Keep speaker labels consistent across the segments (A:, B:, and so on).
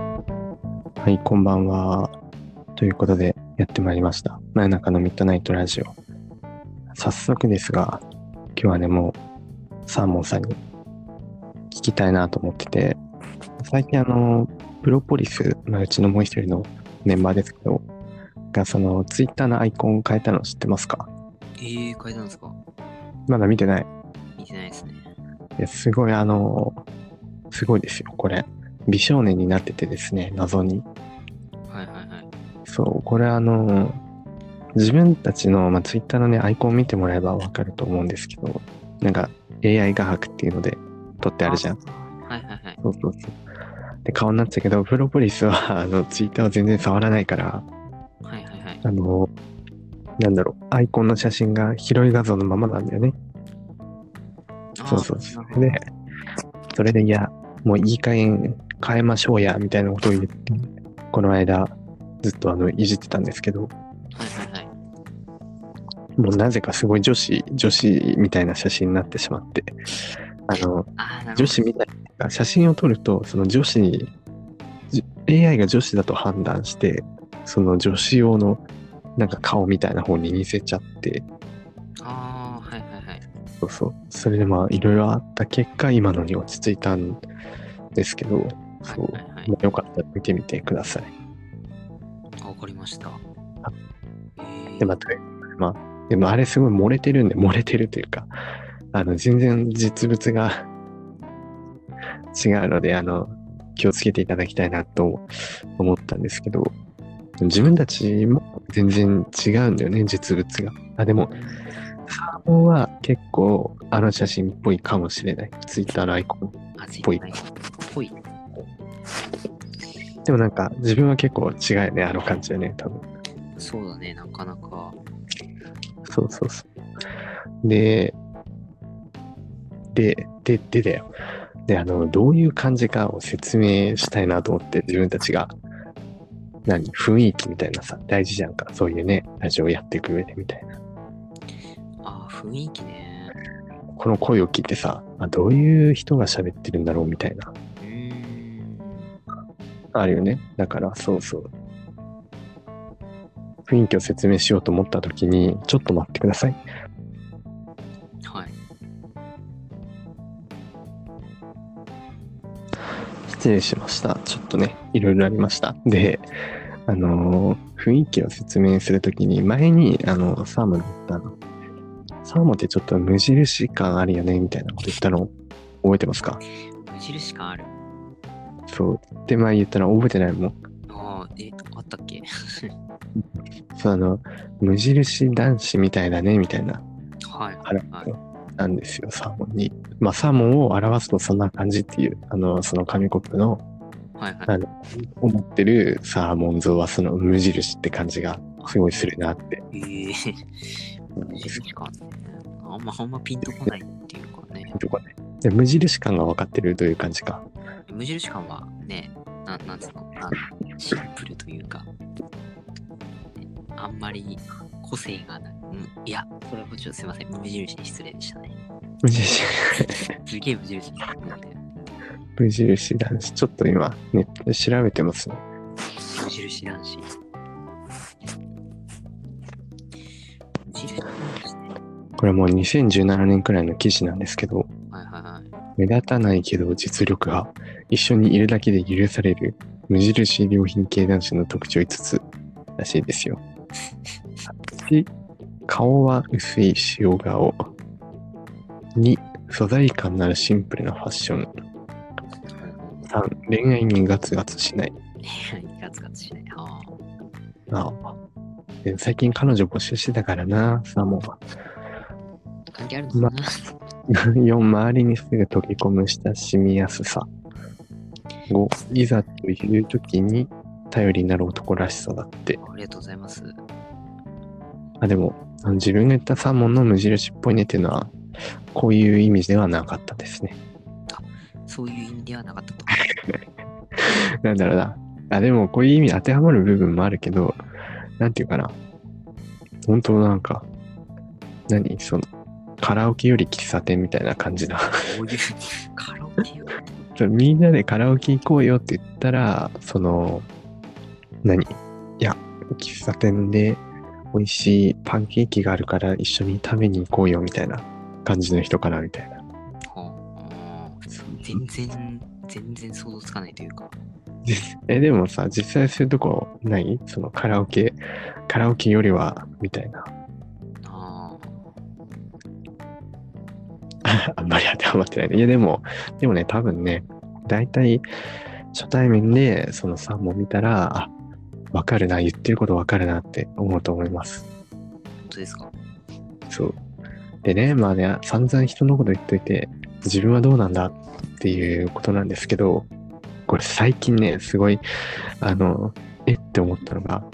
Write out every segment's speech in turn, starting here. A: はい、こんばんは。ということで、やってまいりました。真夜中のミッドナイトラジオ。早速ですが、今日はね、もう、サーモンさんに聞きたいなと思ってて、最近あの、プロポリス、まあ、うちのもう一人のメンバーですけど、がその、ツイッターのアイコン変えたの知ってますか
B: ええー、変えたんですか
A: まだ見てない。
B: 見てないですね。
A: いやすごいあの、すごいですよ、これ。美少年になっててですね、謎に。
B: はいはいはい。
A: そう、これあの、自分たちの、まあ、ツイッターのね、アイコン見てもらえばわかると思うんですけど、なんか AI 画伯っていうので撮ってあるじゃん。
B: はいはいはい。
A: そうそうそう。で、顔になってたけど、プロポリスは、あ の、ツイッターを全然触らないから、
B: はいはいはい。
A: あの、なんだろう、アイコンの写真が広い画像のままなんだよね。
B: あー
A: そうそうそ
B: な
A: う。
B: るほど
A: で、それで、いや、もういい加減変えましょうや、みたいなことを言って、この間、ずっとあの、いじってたんですけど、
B: はいはいはい。
A: もうなぜかすごい女子、女子みたいな写真になってしまって、あの、
B: ああ、なるほど。
A: 女子みたいな、写真を撮ると、その女子に、じ AI が女子だと判断して、その女子用の、なんか顔みたいな方に似せちゃって、
B: ああ、はいはいはい。
A: そうそう。それでまあ、いろいろあった結果、今のに落ち着いたんですけど、そう。
B: はいはいはい
A: まあよかったら見てみてください。
B: あ。わかりました。えー
A: で、まあ、というまあ、でもあれすごい漏れてるんで、漏れてるというか、あの、全然実物が違うので、あの、気をつけていただきたいなと思ったんですけど、自分たちも全然違うんだよね、実物が。あ、でも、サーモンは結構あの写真っぽいかもしれない。ツイッターのアイコン。
B: あ、つい
A: ぽい
B: てない。ぽい。
A: でもなんか、自分は結構違うよね、あの感じだね、多分。
B: そうだね、なかなか。
A: そうそうそう。で、で、で、でだよ。で、あの、どういう感じかを説明したいなと思って、自分たちが、何、雰囲気みたいなさ、大事じゃんか。そういうね、ラジオをやっていく上でみたいな。
B: ああ、雰囲気ね。
A: この声を聞いてさ、あどういう人が喋ってるんだろうみたいな。
B: うーん。
A: あるよね。だから、そうそう。雰囲気を説明しようと思った時に、ちょっと待ってください。
B: はい。
A: 失礼しました。ちょっとね、いろいろありました。で、あのー雰囲気を説明するときに、前に、あの、サーモンで言ったの、サーモンってちょっと無印感あるよね、みたいなこと言ったの、覚えてますか
B: 無印感ある。
A: そう。で、前言ったの覚えてないもん。
B: ああ、え、あったっけ
A: そう、あの、無印男子みたいだね、みたいな、
B: はい。
A: あれ
B: はい。
A: なんですよ、サーモンに。まあ、サーモンを表すとそんな感じっていう、あの、その紙コップの、
B: はいはい。
A: あの、思ってるサーモン像はその無印って感じが、すごいするなって。
B: ええ無印感ね。あんま、あんまピンとこないっていうかね。
A: とかね。で無印感が分かってるという感じか。
B: 無印感はね、ななんつうのあの、シンプルというか、あんまり個性がない。うんいや、これはちょっとすいません。無印に失礼でしたね。
A: 無印、
B: すげえ無印に失礼なんで。
A: 無印男子。ちょっと今、ネットで調べてますね。
B: 無印男子。無印男子ね。
A: これもう2017年くらいの記事なんですけど、
B: はいはいはい。
A: 目立たないけど実力派。一緒にいるだけで許される無印良品系男子の特徴5つらしいですよ。1、顔は薄い塩顔。2、素材感のあるシンプルなファッション。3、恋愛にガツガツしない。
B: 恋愛にガツガツしない。あ
A: ああ。で最近彼女募集してたからな、サーモン は。
B: あ。関係あるのかな、
A: 4、周りにすぐ溶け込む親しみやすさ。5、いざという時に頼りになる男らしさだって。
B: ありがとうございます。
A: あ、でも、あの自分が言ったサーモンの無印っぽいねっていうのは、こういう意味ではなかったですね。
B: そういう意味ではなかったと。
A: なんだろうな。あ、でも、こういう意味当てはまる部分もあるけど、なんていうかな。本当なんか、何その、カラオケより喫茶店みたいな感じだ。
B: こういうカラオケを。
A: そうみんなでカラオケ行こうよって言ったら、その、何いや、喫茶店で美味しいパンケーキがあるから一緒に食べに行こうよみたいな感じの人かなみたいな。
B: はあ、全然、全然想像つかないというか。
A: え、でもさ、実際そういうとこないそのカラオケ、カラオケよりはみたいな。
B: あ
A: あんまり当てはまってないね。いや、でも、でもね、多分ね、大体、初対面でその3問見たら、あ、わかるな、言ってることわかるなって思うと思います。
B: あ、本当ですか。
A: そう。でね、まあね、散々人のこと言っといて、自分はどうなんだっていうことなんですけど、これ最近ね、すごい、あの、えって思ったのが、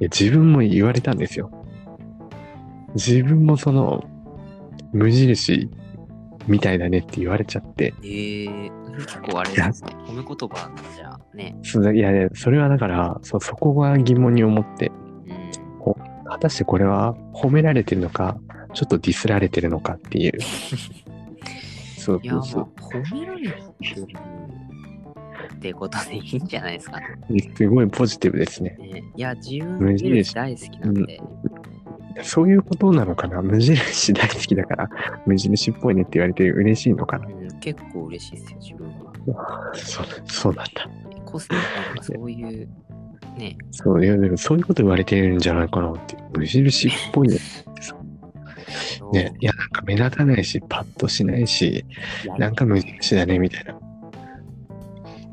A: いや自分も言われたんですよ。自分もその、無印みたいだねって言われちゃって、
B: ええ結構あれですね。褒め言葉なんじゃね。
A: そういやいや、それはだから、そうそこが疑問に思って、
B: うん。
A: 果たしてこれは褒められてるのか、ちょっとディスられてるのかって いう。そう
B: いや、
A: そ
B: もう
A: うそう。
B: 褒められてるってことでいいんじゃないですかね。
A: すごいポジティブですね。
B: いや、自分見るし大好きなんで、
A: そういうことなのかな無印大好きだから、無印っぽいねって言われて嬉しいのかな
B: うん、結構嬉しいですよ、自分は。
A: そそうなんだ。
B: 個性とかそういう、ね、
A: そういやでもそういうこと言われてるんじゃないかなっていう。無印っぽいね。ね、いや、なんか目立たないし、パッとしないし、
B: いや
A: なんか無印だねみたいな。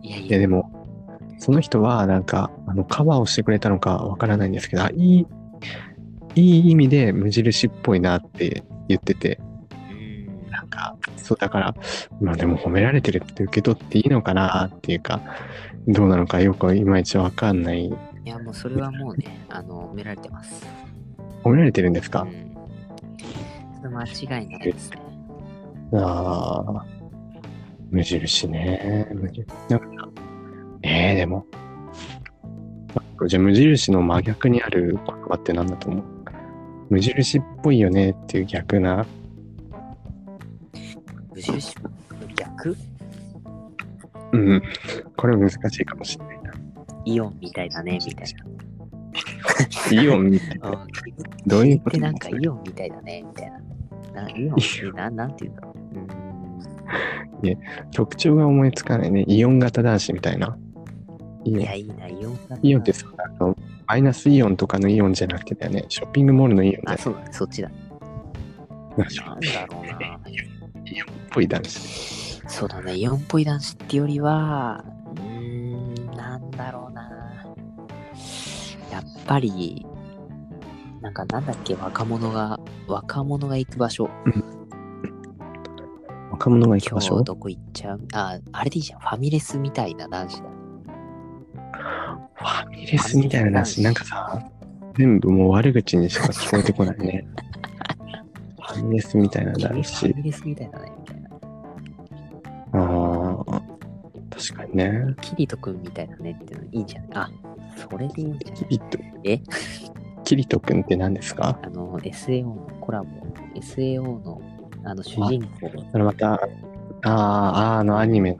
B: いやい
A: いや
B: や、
A: でも、その人はなんか、あの、カバーをしてくれたのかわからないんですけど、あいい、いい意味で無印っぽいなって言ってて、
B: うん、
A: なんか、そうだから、まあでも褒められてるって受け取っていいのかなっていうか、どうなのかよくいまいちわかんない。
B: いやもうそれはもうね、あの、褒められてます。
A: 褒められてるんです
B: う
A: か、
B: ん、それ間違いないですね。
A: ああ、無印ね。無印なんかえー、でも、じゃあ無印の真逆にある言葉って何だと思う無印っぽいよねっていう逆な、
B: 無印逆
A: うん、これ難しいかもしれない
B: イオンみたいだね、みたい
A: な。イオンみたい
B: な。
A: な。
B: あ
A: どういうこ
B: で
A: と
B: なんかイオンみたいだね、みたいな。なイオンってななんていうんだろう。うん
A: 特徴が思いつかないね。イオン型男子みたいな。イオン
B: いや、いいな、イオンだな
A: イオンってさ、あの、マイナスイオンとかのイオンじゃなくてだよね。ショッピングモールのイオンだ
B: あ、
A: よ
B: そうだね、そっちだ。
A: ね。ショ
B: な
A: ッ
B: んだろうな。
A: ピングっぽい男子。
B: そうだね、イオンっぽい男子ってよりは、うーん、なんだろうな。やっぱり、なんかなんだっけ、若者が、若者が行く場所、
A: 若者が行き
B: 今
A: ましょ
B: 日
A: う。
B: どこ行っちゃうあ、あれでいいじゃん、ファミレスみたいな男子だ。
A: ファミレスみたいな話、なんかさ、全部もう悪口にしか聞こえてこない ね。ファミレスみたいな男
B: ファ
A: 子。
B: ミレスみたいだね、みたいな。
A: ああ、確かにね。
B: キリト君みたいだねっていうのいいんじゃないあ、それでいいんじゃない
A: キリト。
B: え
A: キリト君って何ですか
B: あの、SAO のコラボ、SAO のあの主人公の
A: それまた、ああ、あーあのアニメの。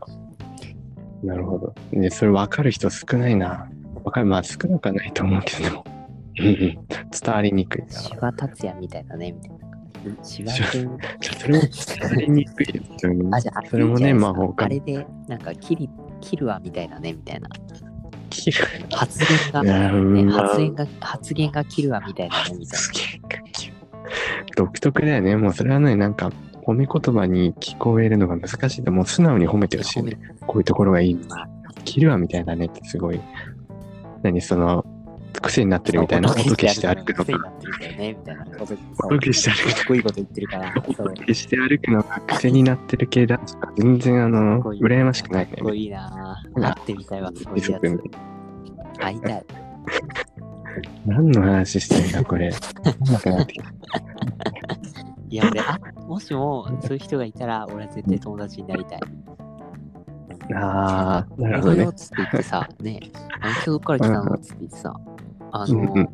A: なるほど。ね、それ分かる人少ないな。分かる、まあ少なくはないと思うけどで も、うんうん伝わりにくいな。
B: 千葉達也みたいだね、みたいな。千葉君。
A: それも伝わりにくいですよね。
B: あ、じゃあ、
A: それもね
B: いいんじゃないですか
A: まあ他
B: あれで、なんか、キリ、キルアみたいだね、みたいな。
A: キリ
B: 発言が、
A: いや
B: ね、
A: うん
B: 発言が、発言がキルアみたいだね、みたい
A: 発言が 独特だよね。もうそれはね、なんか褒め言葉に聞こえるのが難しいでもう素直に褒めて
B: な。
A: ほしいよね。
B: 褒め
A: こういうところがいい。
B: まあ
A: 切るわみたいだねってすごい。何その、癖になってるみたいな。音消して歩くの
B: 癖に
A: が。
B: なってるんだよね、みたいな。音
A: 音消して歩く
B: かっこいいこと言ってるから、そう
A: 音消して歩くのが癖になってる系だとか、全然あ
B: か
A: の、
B: っこいい
A: 羨ましくない
B: かっこ
A: ね。
B: いいな
A: うん
B: ぁ。会ってみたいわ、そういうや
A: うん
B: つ。会いたい。
A: 何の話してんだ、これ。 うまくなってきた
B: いや、俺、あもしも、そういう人がいたら、俺は絶対友達になりたい。
A: あー、な
B: お
A: るほ
B: は
A: どね
B: ようっ。つって言ってさ、ね、あの人どっから来たのっつって言ってさ、あの、
A: うんうん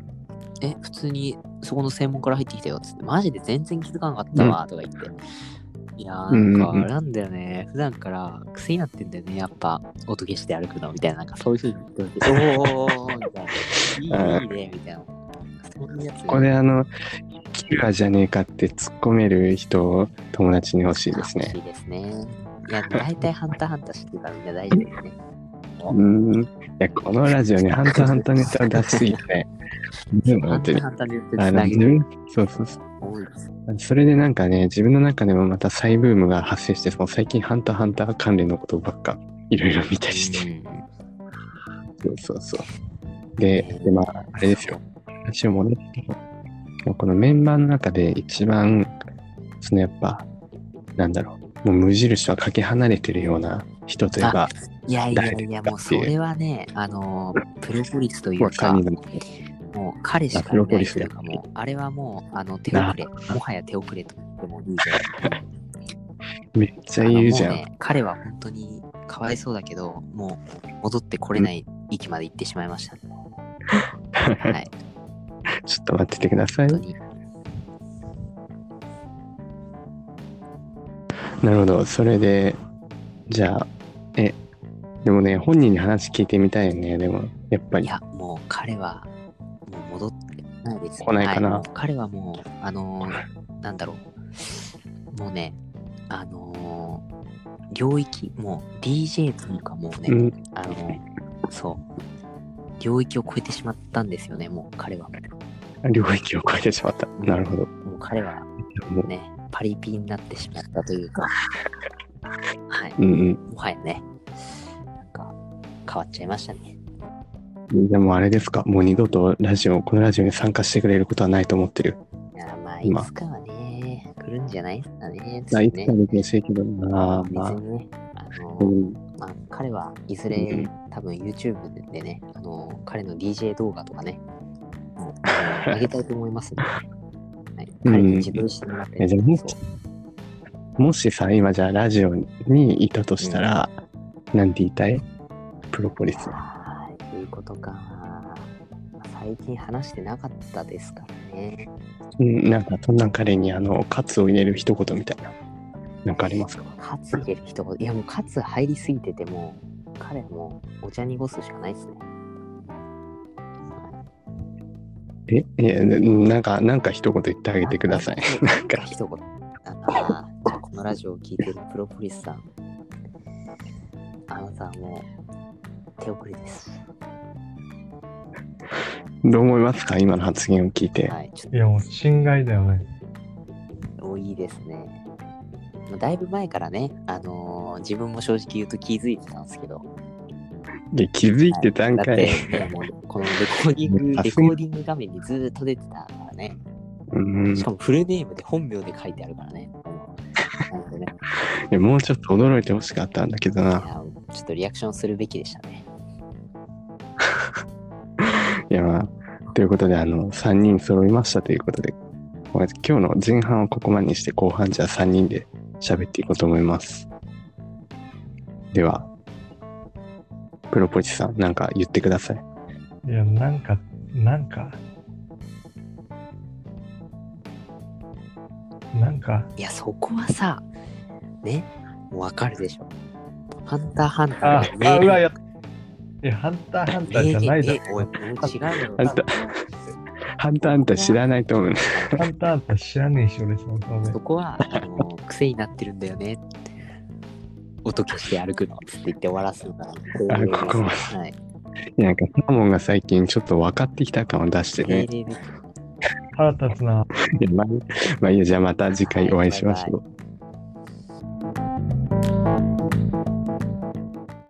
B: え、普通にそこの専門から入ってきたよっつって、マジで全然気づかなかったわとか言って、いや
A: う
B: ー、
A: ん
B: なんかあれなんだよね。普段から癖になってんだよね。やっぱ、音消して歩くのみたいな、なんかそういうふうに言って るけど、おーおーおーみたいな。いいね、いいね、みたいな。そういうやつ。
A: これあの、キュアじゃねえかって突っ込める人を友達に欲しいですね。
B: 欲しいですね。いや、大体ハンターハンター知ってたらみんな大事だよね。
A: うーん。いや、このラジオね、ハンターハンターネタを出しすぎてね。でも
B: ハ
A: 本
B: ン
A: 当に
B: ター ハ。ンターに言って
A: あ
B: つ
A: の
B: な
A: 自
B: げる
A: 分そうそうそ
B: 多いです。
A: う。それでなんかね、自分の中でもまた再ブームが発生して、その最近ハンターハンター関連のことばっかいろいろ見たりして。
B: うん
A: そうそうそう。で、でまあ、あれですよ。話を戻ってもうこのメンバーの中で一番そのやっぱなんだろうもう無印とはかけ離れてるような人といえば
B: いやいや
A: 誰
B: い
A: で
B: や、
A: すかっ
B: もう
A: て
B: そ
A: いう
B: れはね、あのー、プロポリスという
A: わ
B: か、
A: かんない
B: もう彼氏からないというか、もう、あれはもう、あの、手遅れ、もはや手遅れと言ってもいいぐらい。
A: めっちゃいるじゃ
B: あの
A: ん
B: もうね、彼は本当にかわいそうだけど、もう戻ってこれない域まで行ってしまいま したね。はい、
A: ちょっと待っててください
B: 本当に。
A: なるほどそれでじゃあえでもね本人に話聞いてみたいよねでもやっぱ
B: い
A: り
B: や、もう彼は、もう戻ってないです。
A: 来ないかな
B: はもう彼はもう、あのーなんだろう。もうね、あのー領域、もう DJ というかもうね、
A: うん
B: あのーそう、領域を超えてしまったんですよね、もう彼は。
A: 領域を超えてしまったなるほど
B: もう彼は
A: もう
B: ね、パリピになってしまったと いうか、はい、
A: うん
B: もはやね、なんか変わっちゃいましたね。
A: うんでもあれですかもう二度とラジオこのラジオに参加してくれることはないと思ってる
B: いや、まあ、い
A: 今
B: つかはね、来るんじゃないですかね。
A: まあいつ
B: ね
A: か。別にしいけどな
B: 別
A: まあ
B: にね、あの
A: うん
B: まあ、彼はいず
A: う
B: れ
A: ん
B: 多分 YouTube でね、あの彼の DJ 動画とかね、もう あの上げたいと思いますね。はい、
A: うん
B: 彼に自分してもらって、
A: えじゃあもう
B: そう
A: もしさ、今じゃあラジオにいたとしたら、なんて言いたいプロポリス。
B: あーいうことか。まあ最近話してなかったですからね。
A: うん、なんか、そんな彼にあの、カツを入れる一言みたいな。なんかありますか
B: カツ入れる人、いやもうカツ入りすぎてても、彼はもうお茶濁すしかないですね。
A: えいや、ななんか、なんか一言言ってあげてください。
B: な
A: なん
B: ん
A: か
B: か、一言。ああーじゃあこのラジオを聞いてるプロポリスさん。あなたはもう手遅れです。
A: どう思いますか今の発言を聞いて。
B: はい、ちょっ
C: いやもう侵害だよね。
B: と多いですね。まあだいぶ前からね、あのー自分も正直言うと気づいてたんですけど、
A: で、気づいてたん
B: だっ
A: か
B: て、
A: い。
B: ね、もうこのレコーデ ィング、レコーディング画面にずーっと出てたからね。
A: うん
B: し。かもフルネームで本名で書いてあるからね。なん かね
A: いやもうちょっと驚いてほしかったんだけど
B: い
A: な。
B: やちょっとリアクションするべきでしたね。
A: いや、まあ、ということで、あの、3人揃いましたということで、今日の前半をここまでにして、後半じゃあ3人で喋っていこうと思います。では、プロポジさん、なんか言ってください。
C: いや、なんか、なんか。なんか、
B: いや、そこはさ、ね、もうわかるでしょ。ハンターハンター
C: あ、うわ、
B: や
C: やっいや、ハンターハンターじゃないだろ。
B: おい、もう違うよ。
A: ハンタハンターハンター知らないと思う。
C: ハンターハンター知らねえし、俺、そのため
B: そ。こは、あの、癖になってるんだよね。音消して歩くのつって言って終わらすのが。
A: あここ
B: はい。
A: なんか、サーモンが最近ちょっと分かってきた感を出して
B: 丁寧
A: ね。
B: に
C: 腹立つな。
A: いやまあ、まあ、いいや、じゃあまた次回お会いしましょう。